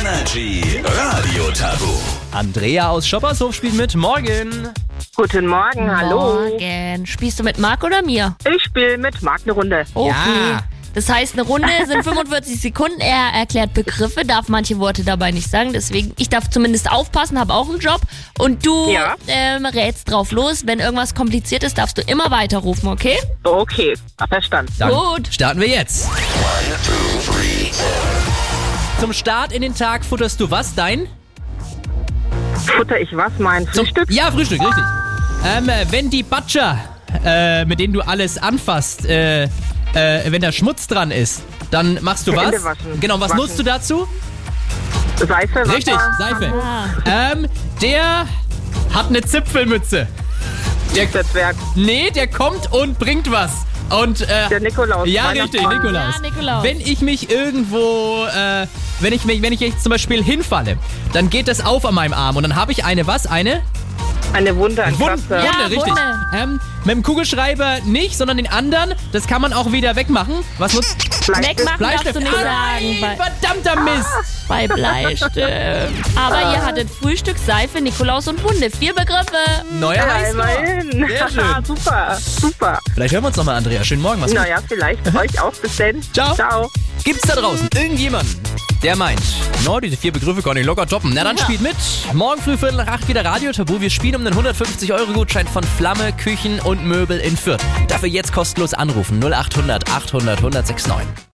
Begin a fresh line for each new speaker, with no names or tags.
Energy Radio Tabu.
Andrea aus Schoppershof spielt mit. Morgen.
Guten Morgen, hallo.
Morgen. Spielst du mit Marc oder mir?
Ich spiele mit Marc eine Runde.
Okay.
Ja.
Das heißt, eine Runde sind 45 Sekunden. Er erklärt Begriffe, darf manche Worte dabei nicht sagen. Deswegen, ich darf zumindest aufpassen, habe auch einen Job. Und du
Ja.
ähm, rätst drauf los. Wenn irgendwas kompliziert ist, darfst du immer weiterrufen, okay?
Okay, verstanden.
Dann
Gut.
Starten wir jetzt. Zum Start in den Tag futterst du was? Dein?
Futter ich was, mein
Zum
Frühstück?
Ja, Frühstück, richtig. Ähm, äh, wenn die Batscher, äh, mit denen du alles anfasst, äh, äh, wenn da Schmutz dran ist, dann machst du was?
Hände waschen.
Genau, was
Waschen.
nutzt du dazu?
Seife, Wasser.
Richtig, Seife. Ähm, der hat eine Zipfelmütze. Der,
Der Zwerg,
nee, der kommt und bringt was. Und, äh,
der Nikolaus.
Ja,
Weihnachtsmann.
richtig, Nikolaus.
Ja, Nikolaus.
Wenn ich mich irgendwo, äh, wenn ich mich, wenn ich jetzt zum Beispiel hinfalle, dann geht das auf an meinem Arm und dann habe ich eine was? Eine
Eine Wunde, ein
Wund
Kratzer.
Ja.
Wunde, richtig.
Wunde.
Ähm, mit dem Kugelschreiber nicht, sondern den anderen. Das kann man auch wieder wegmachen. Was muss?
Bleistift.
Wegmachen darfst
Bleistift.
du nicht sagen.
Nein,
Bei,
verdammter
Ah,
Mist.
bei Bleistift. Aber ihr hattet Frühstück, Seife, Nikolaus und Hunde. Vier Begriffe.
Neuer
Ja,
Heißler.
immerhin.
Sehr schön.
super, super.
Vielleicht hören wir uns nochmal, Andrea. Schönen Morgen. Was
Naja, vielleicht euch auch. Bis dann.
Ciao.
Ciao.
Gibt's da draußen irgendjemanden, der meint, no, diese vier Begriffe kann ich locker toppen. Na dann
Ja.
spielt mit. Morgen früh Viertel nach acht wieder Radio Tabu. Wir spielen um den 150-Euro-Gutschein von Flamme, Küchen und Möbel in Fürth. Dafür jetzt kostenlos anrufen. 0800 800 1069.